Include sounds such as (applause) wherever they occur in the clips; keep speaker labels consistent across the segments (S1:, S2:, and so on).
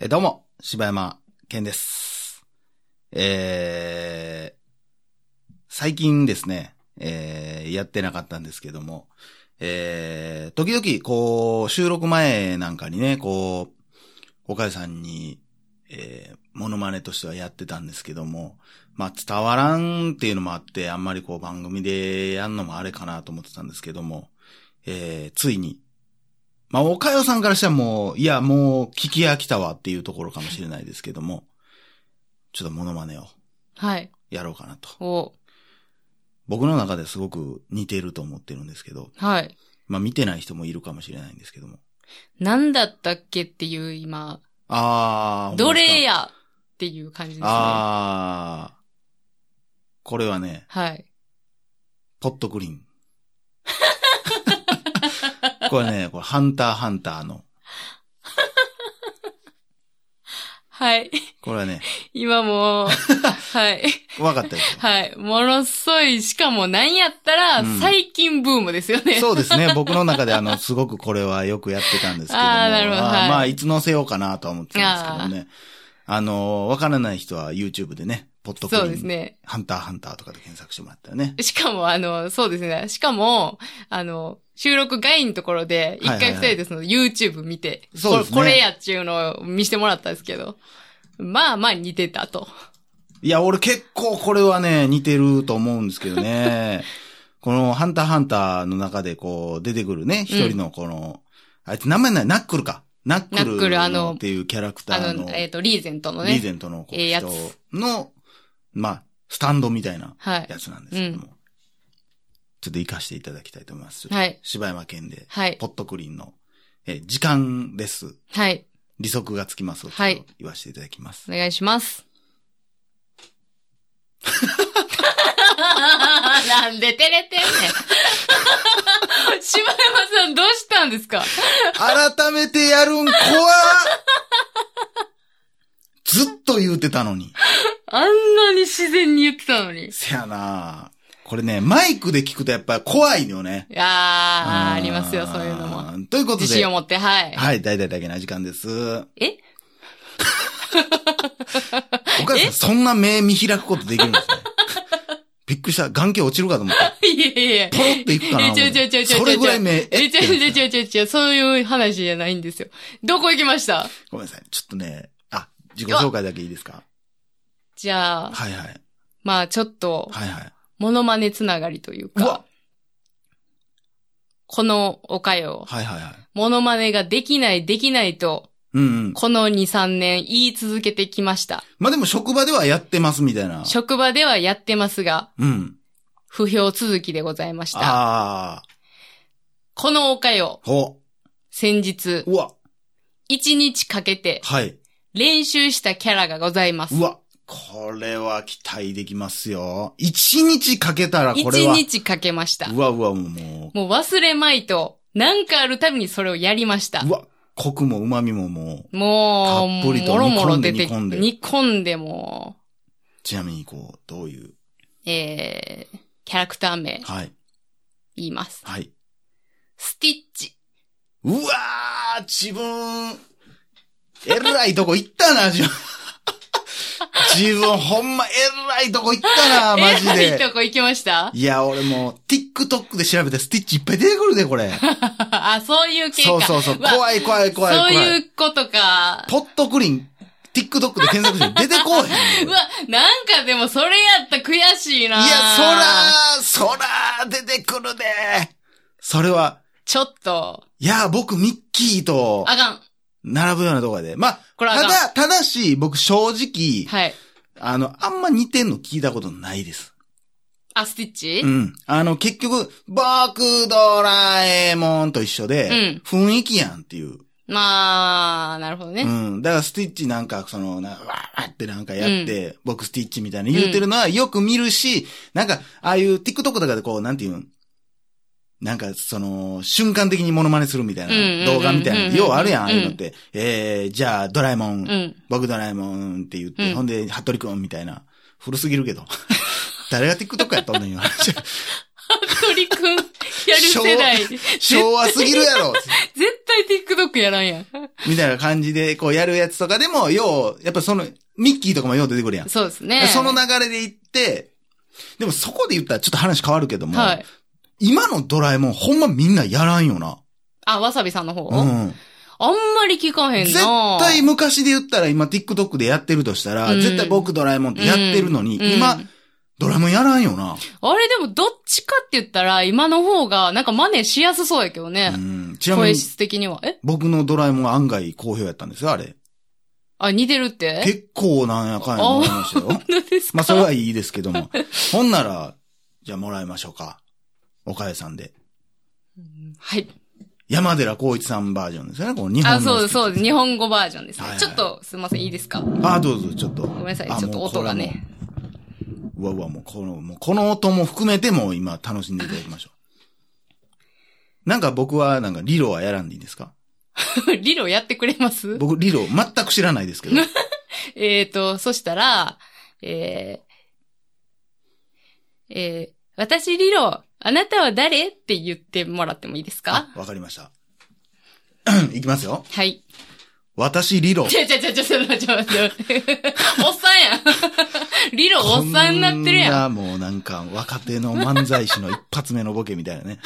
S1: えどうも、柴山健です。えー、最近ですね、えー、やってなかったんですけども、えー、時々、こう、収録前なんかにね、こう、岡井さんに、えー、モノマネとしてはやってたんですけども、まあ、伝わらんっていうのもあって、あんまりこう、番組でやんのもあれかなと思ってたんですけども、えー、ついに、まあ、岡代さんからしたらもう、いや、もう、聞き飽きたわっていうところかもしれないですけども、ちょっとモノマネを
S2: はい。
S1: やろうかなと。
S2: お、
S1: 僕の中ですごく似てると思ってるんですけど、
S2: はい。
S1: まあ、見てない人もいるかもしれないんですけども。
S2: なんだったっけっていう今、
S1: あー。
S2: どれ
S1: で
S2: やっていう感じですす
S1: か
S2: ね。
S1: あー。
S2: は
S1: これはね、
S2: い。
S1: ポットグリーン。これね、これハンターハンターの。
S2: はい。
S1: これはね、
S2: 今もう、
S1: (laughs)
S2: はい。
S1: わかったでしょ
S2: はい。ものすごい、しかもなんやったら
S1: うん、
S2: 最近ブームですよ
S1: (laughs)
S2: ね。
S1: そうですね。僕の中であの、すごくこれはよくやってたんですけども。
S2: あーなるほど
S1: まあ
S2: はい
S1: まあ、いつ載せようかなとは思ってたんですけどね。あの、わからない人は YouTube でね、ポットクリ
S2: (laughs) そう
S1: ーン、
S2: ですね。
S1: ハンターハンターとかで検索してもらったらね。
S2: しかも、あの、そうですね。しかも、あの、収録外のところで、一
S1: はいはい
S2: 回
S1: は
S2: 二
S1: い
S2: 人でその YouTube 見て、
S1: そうですね
S2: これこれやっていうのを見せてもらったんですけど、まあまあ似てたと。
S1: いや、俺結構これはね、似てると思うんですけど
S2: (laughs)
S1: ね。この、ハンターハンターの中でこう、出てくるね、一人のこの、あいつ名前ない、ナックルか。ナック
S2: ナック
S1: ル
S2: ルあ
S1: の
S2: の
S1: っていうキャラクタ
S2: あ
S1: ー
S2: の、
S1: の、
S2: えっ、と、リーゼントのね。
S1: リーゼントのこう
S2: ええやつ
S1: 人の、まあ、スタンドみたいな
S2: はい。
S1: やつなんですけども。ちょっと活かしていただきたいと思います。ちょっと
S2: はい
S1: 柴山県で、
S2: はい。
S1: ポットクリーンの、えー時間です。
S2: はい。
S1: 利息がつきますをちょっと
S2: はい
S1: 言わせていただきます。
S2: お願いします。 (laughs) なんで照れてんねん。 (laughs) 柴山さんどうしたんですか
S1: 改めてやるん怖っずっと言うてたのに。
S2: あんなに自然に言ってたのに。い
S1: せやなこれね、マイクで聞くとやっぱ怖いよね。
S2: やー、あーありますよ、そういうのも。
S1: も。ということ
S2: 自信を
S1: で、
S2: 持って、はい。
S1: はい、大々だけな時間です。
S2: え (laughs)
S1: お母さん、そんな目見開くことできるん
S2: (laughs)
S1: ですね。びっくりした。眼鏡落ちるかと思った。
S2: いやいやいや
S1: ポ。ロっていくかな。
S2: (laughs) えちょちょちょちょ
S1: それぐらい目、え
S2: え
S1: って
S2: ちゃ
S1: やつ
S2: ちゃちゃちゃちゃ、そういう話じゃないんですよ。どこ行きました
S1: ごめんなさい。ちょっとね、あ、自己紹介だけいいですか
S2: じゃあ、
S1: はいはい。
S2: まあちょっと、
S1: はいはい。
S2: モノマネつながりという
S1: う
S2: か
S1: わ、
S2: このおかよ、
S1: はいはいはい。
S2: モノマネができないできないと、
S1: うんうん。
S2: この2、3年言い続けてきました。
S1: まあでも職場ではやってますみたいな。
S2: 職場ではやってますが、
S1: うん。
S2: 不評続きでございました。
S1: ああ。
S2: このおかよ、
S1: ほ
S2: 先
S1: う。
S2: 日、
S1: うわ。
S2: 1日かけて
S1: はい。
S2: 練習したキャラがございます
S1: う。わ。これは期待できますよ。一日かけたらこれ
S2: 1
S1: は。
S2: 日かけました
S1: う。わうわ、も
S2: もう忘れまいと、なんかあるたびにそれをやりました
S1: う。う。わ。コクも旨味ももう。
S2: もう、
S1: たっぷりと
S2: もろもろ出て、
S1: 煮込んで
S2: 煮込んでも
S1: ちなみにこう、どういう。
S2: う、えー、キャラクター名
S1: はい。
S2: 言います。
S1: はい。
S2: スティッチ。
S1: うわー自分、えらいとこ行ったな、自分。自分ほんまえらいとこ行ったな、マジ
S2: (laughs) えらい
S1: で。
S2: とこ行きました (laughs)
S1: いや、俺もう、TikTok で調べてスティッチいっぱい出てくるで、こ
S2: (laughs)
S1: れ。
S2: あ、そういう系か。
S1: そうそうそう。
S2: わ
S1: 怖い怖い怖い怖い。
S2: そういうことか。
S1: ポットクリン、TikTok で検索して出てこうへん。
S2: (laughs) うわ、なんかでもそれやったら悔しい
S1: い
S2: な
S1: や、そらー、そらー、出てくるでそれは、
S2: ちょっと、
S1: いや、僕、ミッキーと、
S2: あかん。
S1: 並ぶようなとこやで。まあ、
S2: これあかん
S1: ただ、ただし、僕、正直、
S2: はい。
S1: あの、あんま似てんの聞いたことないです。
S2: あ、スティッチ、
S1: うん。あの、結局、僕、ドラえもんと一緒で、雰囲気やんっていう。
S2: まあ、なるほどね。
S1: うん。だからスティッチなんか、その、な、わーってなんかやって、僕スティッチみたいな言うてるのはよく見るし、なんか、ああいう TikTok とかでこう、なんていうんなんか、その、瞬間的にモノマネするみたい
S2: うんうんう
S1: なん動画みたいなの、ようあるやん、
S2: うん
S1: ああいうのって。えー、じゃあ、ドラえもん、
S2: うん。
S1: 僕ドラえもんって言って、
S2: うん
S1: ほんで、服部くんみたいな。 (laughs) 古すぎるけど。誰が TikTok やったんだよ、今。
S2: 鳥くん、やる世代。
S1: (laughs) 昭和すぎるやろ
S2: (laughs) 絶対 TikTok やらんやん。
S1: みたいな感じで、こうやるやつとかでも、よう、やっぱその、ミッキーとかもよう出てくるやん。
S2: そうですね。
S1: その流れで行って、でもそこで言ったらちょっと話変わるけども、
S2: はい。
S1: 今のドラえもんほんまみんなやらんよな。
S2: あ、わさびさんの方、
S1: うん。
S2: あんまり聞かへんな
S1: 絶対昔で言ったら今 TikTok でやってるとしたら、
S2: うん
S1: 絶対僕ドラえもんってやってるのに、
S2: うん
S1: 今、ドラえもんやらんよな。
S2: あれでもどっちかって言ったら今の方がなんか真似しやすそうやけどね
S1: う。ん、ちなみ
S2: 声
S1: に、
S2: 質的には。え
S1: 僕のドラえもんは案外好評やったんですよ、あれ。
S2: あ、似てるって
S1: 結構なんやかんやもらいました
S2: (laughs)
S1: よ。
S2: 本当ですか
S1: まあそれはいいですけども。ほんなら、じゃあもらいましょうか。おかえさんで。
S2: はい。
S1: 山寺宏一さんバージョンですよね、この日本の。
S2: あ、そうです、そうです。日本語バージョンですね。
S1: はいはい
S2: ちょっと、すいません、いいですか
S1: あ、どうぞ、ちょっと。ご
S2: ごめんなさい、ちょっと音がね。。
S1: うわうわ、もうこの、もうこの音も含めてもう今楽しんでいただきましょう。なんか僕は、なんかリロはやらんでいいですか
S2: 理論やってくれます
S1: 僕リロ全く知らないですけど。
S2: えーと、そしたら、えー、えー、私理論、あなたは誰って言ってもらってもいいですか
S1: あわかりました。 (clears throat) いきますよ。
S2: はい。
S1: 私リロ。
S2: ちょちょちょちょちょちょちょおっさんやん。理論おっさんになってるやん。
S1: ん。もうなんか若手の漫才師の一発目のボケみたいなね。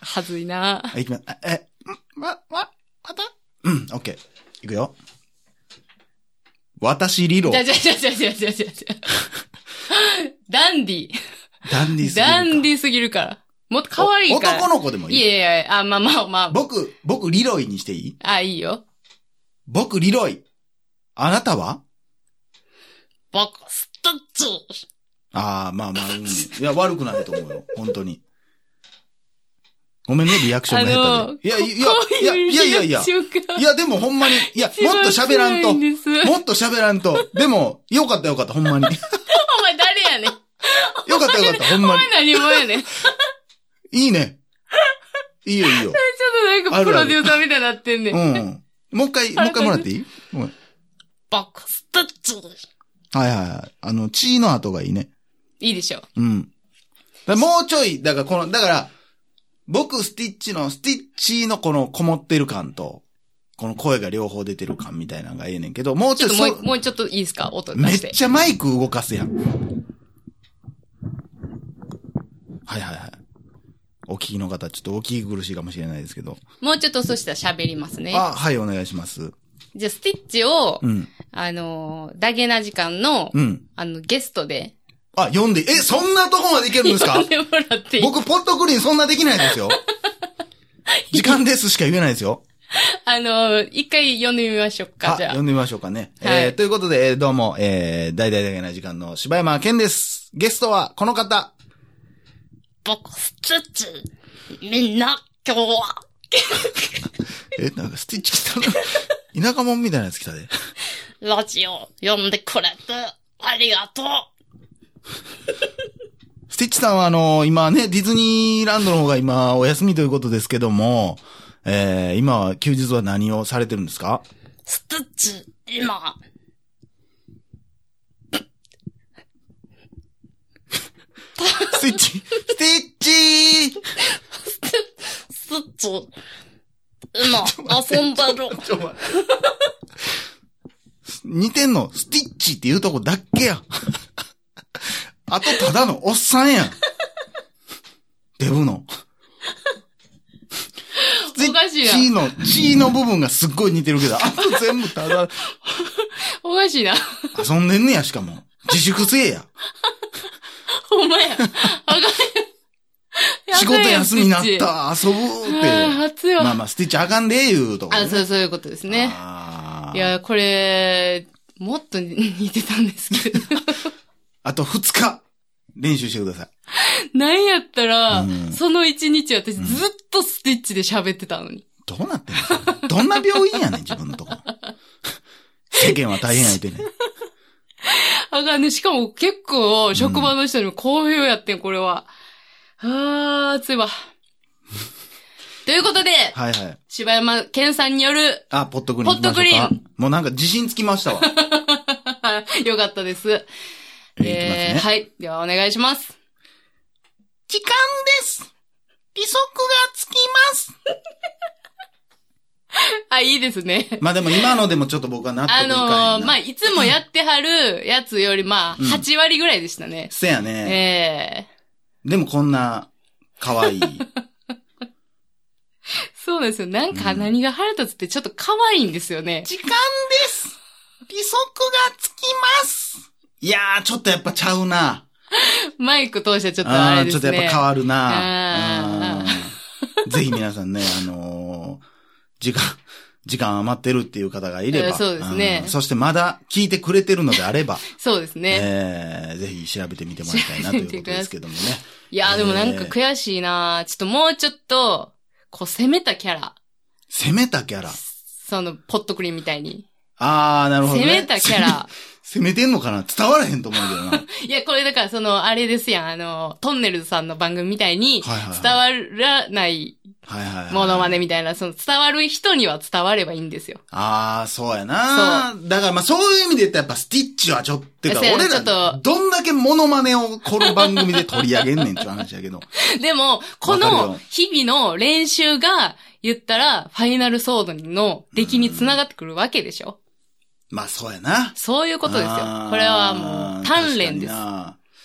S2: はずいな。
S1: あいきます。あえ、んわ、わ、またうん、オッケー。いくよ。私リロ。
S2: じ
S1: ダ
S2: ゃじゃじゃじゃじゃじゃじゃじゃ。ダンディ。
S1: ンディーすぎるか
S2: ダンディすぎるから。もっと可愛いから。
S1: お男の子でもいい。
S2: いやいやいや、あ、まあまあまあ。
S1: 僕、僕、リロイにしていい
S2: あ、いいよ。
S1: 僕、リロイ。あなたは
S2: 僕、スタッツ。
S1: ああ、まあまあ、うん。いや、悪くないと思う
S2: (laughs)
S1: よ。本当に。ごめんね、リアクションが
S2: あ
S1: 下
S2: の、
S1: 手で。いや、い
S2: い
S1: や、いや、いや、いや、いや、
S2: 一番
S1: いや、でもほんまに、いや、もっと喋らん
S2: 強
S1: と。
S2: い
S1: も
S2: ですお
S1: っと喋らんと。でも、よかったよかった、ほん
S2: (laughs)
S1: まに。
S2: 前誰やねん。
S1: よかったよかった、ほんまに。
S2: お前何もやねん。ちょ
S1: いいね。いいよ、いいよ。
S2: っとなんかプロデューサーみたいになってんね。
S1: うんん。もう一回、もう一回もらっていいごめん
S2: 僕、スタッツ。
S1: はいはいはい。あの、チーの後がいいね。
S2: いいでしょ。
S1: うん。だからもうちょい、だからこの、だから、僕スティッチの、スティッチのこのこもってる感と、この声が両方出てる感みたいなのがええねんけど、もうち
S2: ちょ
S1: ょ
S2: っ
S1: い
S2: とも、
S1: そう
S2: もうちょっといいですか音出
S1: めっ
S2: して。
S1: ちゃマイク動かすやん。はいはいはい。お聞きの方、ちょっとお聞き苦しいかもしれないですけど。
S2: もうちょっとそしたら喋りますね。
S1: あ、はい、お願いします。
S2: じゃあ、スティッチを、
S1: うん。
S2: あのー、ダゲな時間の、
S1: うん。
S2: あの、ゲストで、
S1: あ、読んで、え、そんなとこまでいけるんですか
S2: (laughs) 呼んでもらっていい
S1: 僕、ポットクリーンそんなできないですよ。時間ですしか言えないですよ。
S2: あの、一回読んでみましょうか、
S1: あ、
S2: じゃあ。
S1: 読んでみましょうかね。
S2: はい
S1: えーということで、えーどうも、えー、大々的な時間の柴山健です。ゲストはこの方。
S2: 僕、スツッツ、みんな、今日は、
S1: え、なんかスティッチ来たな。
S2: (laughs)
S1: 田舎者みたいなやつ来たで。
S2: ラジオ読んでくれて、ありがとう。
S1: スティッチさんはあのー今ね、ディズニーランドの方が今お休みということですけども、えー、今は休日は何をされてるんですか
S2: スツッツ、今。
S1: スティッ
S2: (laughs)
S1: チ、スティッチ
S2: スツッツ、今、遊んで
S1: (laughs)
S2: る。
S1: ちょ、待って。似てんの、スティッチっていうとこだっけや。 (laughs) あと、ただのおっさんやん。デブの。
S2: (laughs) おかしいな
S1: チーの、チーの部分がすっごい似てる
S2: (laughs)
S1: けど、あと全部ただ、
S2: おかしいな。
S1: 遊んでんねや、しかも。自粛せえや。
S2: ほんまや。あかんや
S1: 仕事休みになっ。
S2: やばいよ
S1: た、遊ぶ
S2: スツッ
S1: っ
S2: チあ (laughs) ー
S1: て。
S2: 初よ。
S1: まあまあ、スティッチあかんで、いうとこ、
S2: あ、そう、そういうことですね。
S1: あー
S2: いや、これ、もっと似てたんです
S1: (laughs)
S2: けど。
S1: あと2日、練習してください。
S2: なんやったら、
S1: うん
S2: その一日私ずっとスティッチで喋ってたのに。
S1: どうなってんのどんな病院やねん、自分のとこ。世間は大変や言うてんねん。
S2: あかんね、しかも結構職場の人にも好評やってん、これは。あー、熱
S1: (laughs)
S2: いわ。ということで、
S1: はいはい。
S2: 柴山健さんによる、 (laughs)
S1: あ、ポットクリーン行きましょう
S2: ポ
S1: か。
S2: ットクリ
S1: もうなんか自信つきましたわ。
S2: よかったです。
S1: えーいきますね
S2: はい。ではお願いします。
S1: 時間です利息がつきます。
S2: あ、いいですね。
S1: まあでも今のでもちょっと僕は (laughs) 納得いか
S2: あ
S1: へんな。
S2: のーまあ、いつもやってはるやつより、まあ、
S1: うん
S2: 8割ぐらいでしたね。
S1: せやね。
S2: ええ
S1: でもこんな、可愛い。
S2: そうなんですよ。なんか
S1: うん
S2: 何が腹立つってちょっと可愛いんですよね。
S1: 時間です利息がつきますいやー、ちょっとやっぱちゃうな。
S2: マイク通してちょっとあ
S1: あ
S2: れ
S1: ー
S2: で
S1: ちょ
S2: す
S1: っとやっ
S2: ね
S1: ぱ。変わる
S2: あ
S1: な。
S2: ー
S1: うんぜひ皆さんね、あのー時間、時間余ってるっていう方がいれ
S2: え
S1: ば。
S2: ーそうですね
S1: んそしてまだ聞いてくれてるのであれば、
S2: そうですね。
S1: えーぜひ調べてみてもらいたいなということですけどもね。
S2: いやーでもなんか悔しいなーちょっともうちょっと、こう攻めたキャラ。
S1: 攻めたキャラ。
S2: その、ポットクリンみたいに。
S1: あー、なるほど、
S2: 攻
S1: ね。
S2: めたキャラ。
S1: 攻めてんのかな伝わらへんと思うけどな。はい
S2: いや、これだからその、あれですやん。あの、トンネルズさんの番組みたいに、
S1: はいはい。
S2: 伝わらない
S1: はいはいはい
S2: ものまねみたいな、その、伝わる人には伝わればいいんですよ。
S1: ああ、そうやな。だからまあそういう意味で言ったらやっぱスティッチはちょっと、てか
S2: そうやな
S1: 俺
S2: ちょっと
S1: らどんだけモノマネをこの番組で取り上げんねんっていう話
S2: (laughs)
S1: やけど。
S2: でも、こ
S1: わかる
S2: の
S1: よ
S2: 日々の練習が、言ったら、ファイナルソードの出来につながってくるわけでしょ
S1: まあそうやな。
S2: そういうことですよ
S1: あー。
S2: これはもう、鍛錬
S1: 確
S2: で。す。
S1: かにな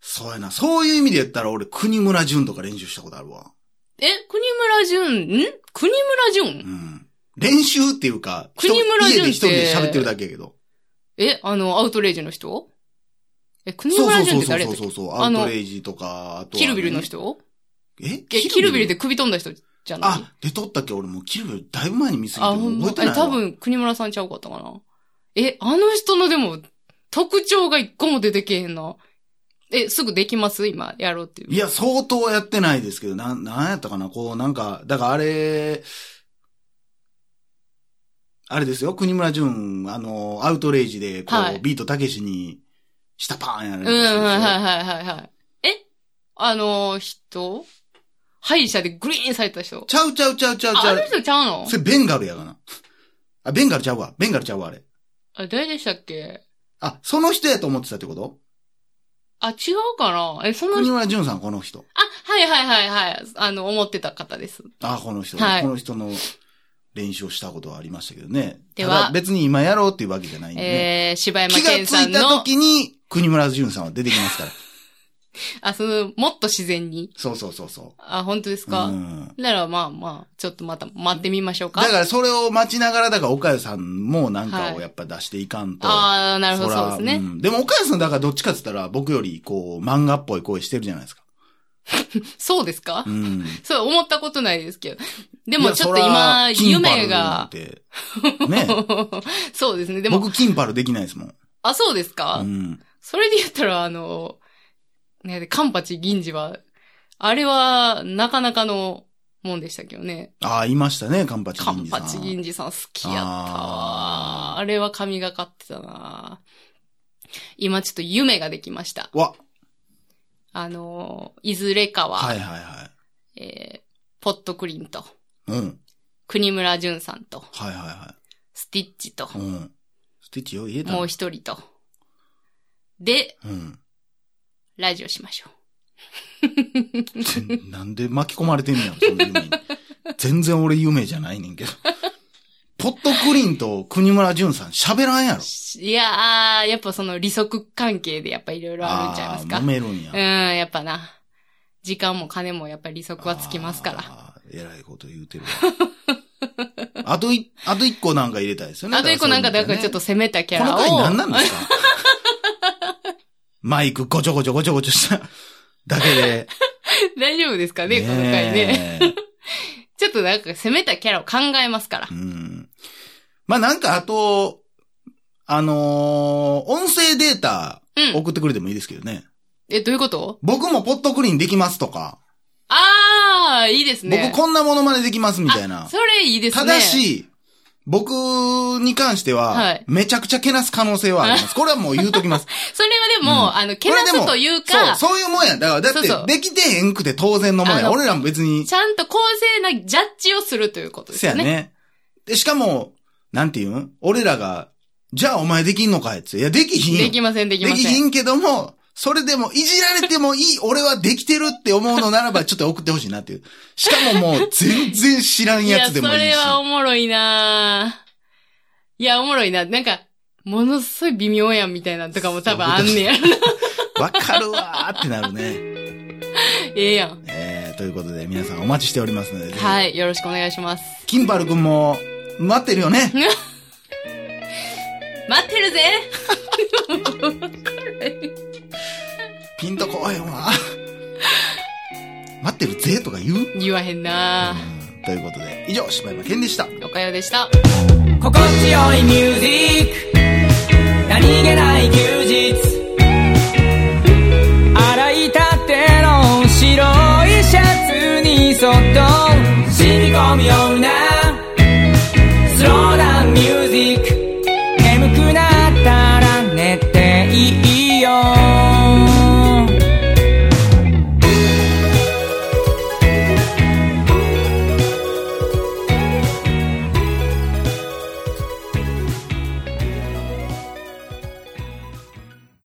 S1: そうやな。そういう意味で言ったら俺国村淳とか練習したことあるわ。
S2: え、国村淳、ん国村淳
S1: うん。練習っていうか、人
S2: 国村淳
S1: 家
S2: って
S1: で一人で喋ってるだけやけど。
S2: え、あの、アウトレイジの人え、国
S1: そうそ
S2: 村淳っ
S1: う
S2: て
S1: そう
S2: 誰だ
S1: そ
S2: っ
S1: う
S2: け
S1: そうそう。ア
S2: あ
S1: ウ
S2: の
S1: トレイジとか、あとはね
S2: キルビルの人
S1: え
S2: え、キルビル
S1: で
S2: で首飛んだ人じゃない
S1: あ、出とったっけ俺もうキルビルだいぶ前に見すぎて
S2: あ、ほ
S1: も
S2: ん
S1: う覚え。て
S2: まえ、
S1: ないわ。
S2: 多分、国村さんちゃうかったかな。え、あの人のでも、特徴が一個も出てけへんな。え、すぐできます今、やろうっていう。
S1: いや、相当やってないですけど、なん、なんやったかなこう、なんか、だからあれ、あれですよ、国村淳、あの、アウトレイジで、こう、
S2: はい
S1: ビートたけしに、下パーンやられ
S2: うん、
S1: たやつ
S2: は
S1: です
S2: い
S1: よ
S2: はいはいはいはい。えあの人歯医者でグリーンされた人
S1: ちゃうちゃうちゃうちゃうち
S2: あ、
S1: ゃ
S2: あの
S1: う。
S2: 人ちゃうの
S1: それベンガルやがな。あ、ベンガルちゃうわ。ベンガルちゃうわ、あれ。
S2: あ、誰でしたっけ
S1: あ、その人やと思ってたってこと
S2: あ、違うかなえ、その
S1: 国
S2: 人、
S1: 村淳さん、この人。
S2: あ、はいはいはいはい。あの、思ってた方です。
S1: あ、この人。
S2: はい
S1: この人の練習をしたことはありましたけどね。
S2: では
S1: ただ別に今やろうっていうわけじゃないんでね。
S2: えー、柴山
S1: 気が
S2: 健
S1: つ
S2: さん
S1: いた
S2: の、
S1: 時に、国村淳さんは出てき
S2: (laughs)
S1: ますから。
S2: あ、その、もっと自然に。
S1: そうそうそうそ
S2: あ、本当です
S1: う。
S2: か、
S1: うん。
S2: ならまあまあ、ちょっとまた待ってみましょうか。
S1: だからそれを待ちながら、だから岡谷さんもなん
S2: は
S1: かを
S2: い
S1: やっぱ出していかんと。
S2: ああ、なるほど、
S1: そら
S2: そうですね。
S1: んでも岡谷さんだからどっちかって言ったら、僕よりこう、漫画っぽい声してるじゃないです
S2: (laughs)
S1: か。
S2: そうですか、
S1: うん。
S2: そう、思ったことないですけど。で
S1: い
S2: も
S1: や
S2: ちょっと今、
S1: そら
S2: 夢が。
S1: キンパルなんてね。
S2: そう (laughs) ですね。でも、
S1: 僕、キンパルできないですもん。
S2: あ、そうですか、
S1: うん。
S2: それで言ったら、あの、ね、カンパチ銀次は、あれは、なかなかのもんでしたけどね。
S1: ああ、いましたね、カンパチ
S2: カ
S1: 銀
S2: ン
S1: 次さ
S2: パ
S1: ん。
S2: チ銀次さん好きやったわ
S1: あ
S2: あ。れは神がかってたな。今ちょっと夢ができました。
S1: わ、
S2: あの、いずれかは、
S1: はいはいは
S2: えーポットクリンと、
S1: い。うん。
S2: 国村淳さんと、
S1: はいは
S2: スティッチと
S1: いはい。、うん。ステッチよ、言えた
S2: もう一人と。で、
S1: うん。
S2: ラジオしましょ
S1: ってなんで巻き込まれてんねやろ、その夢に。全然俺夢じゃないねんけど。ポットクリンと国村淳さん喋らんやろ。
S2: う。いやー、やっぱその利息関係でやっぱいろいろあるんちゃいますか。
S1: あー揉
S2: う
S1: めるんや。
S2: ん、やっぱな。時間も金もやっぱり利息はつきますから。あ
S1: あー。えらいこと言うてるわ。あとい、あと一個なんか入れたいですよね。
S2: と一個なんか、
S1: ら
S2: だ
S1: そう
S2: か
S1: いうの
S2: らちょっと攻めたキャ
S1: ね
S2: ラを。
S1: この回何なんですか
S2: (laughs)
S1: マイクごちょごちょごちょごちょしただけで。
S2: 大丈夫です (laughs) かねこの回ね。
S1: ねえ。
S2: ちょっとなんか攻めたキャラを考えますから
S1: う。ん。まあ、なんかあと、あのー音声データ
S2: うん。
S1: 送ってくれてもいいですけどね。
S2: え、どういうこと
S1: 僕もポットクリーンできますとか、
S2: あー、いいですね。
S1: 僕こんなものまねできますみたいな。
S2: それいいですね。
S1: ただし、僕に関しては、
S2: はい
S1: めちゃくちゃけなす可能性はあります。これはもう言うとき
S2: (laughs)
S1: ます。
S2: それはでも、
S1: うん
S2: あの、けな
S1: これでも
S2: すという
S1: そう、
S2: か、
S1: そういうもんや。だから、だって
S2: そうそう
S1: できてへんくて当然のもん
S2: あ
S1: や。
S2: の
S1: 俺らも別に、
S2: ちゃんと公正なジャッジをするということです
S1: せや
S2: よね。
S1: ね。で、しかも、なんていうん俺らが、じゃあお前できんのかいっつって。いや、できひんよ
S2: できません、できま
S1: でき
S2: せ
S1: ひ
S2: ん。
S1: んけども、それでも、いじられてもいい、俺はできてるって思うのならば、ちょっと送ってほしいなっていう。しかももう、全然知らん
S2: いや、
S1: やつで
S2: そ
S1: もいいし。
S2: れはおもろいなぁいや、おもろいな。なんか、ものすごい微妙やんみたいなのとかも多分あんねや。
S1: わかるわーってなるね。
S2: ええやん。
S1: えー、ということで、皆さんお待ちしておりますので、ぜひ
S2: はい、よろしくお願いします。
S1: キンパル君も、待ってるよね。
S2: 待ってるぜ (laughs) こ
S1: ピンとこいわ。待ってるぜとか言う、
S2: れ言わへんな
S1: うんということで、以上、柴山健でした。
S2: ぁおかよでした。
S3: 心地よいミュージック何気ない休日洗いたての白いシャツにそっと染み込むよ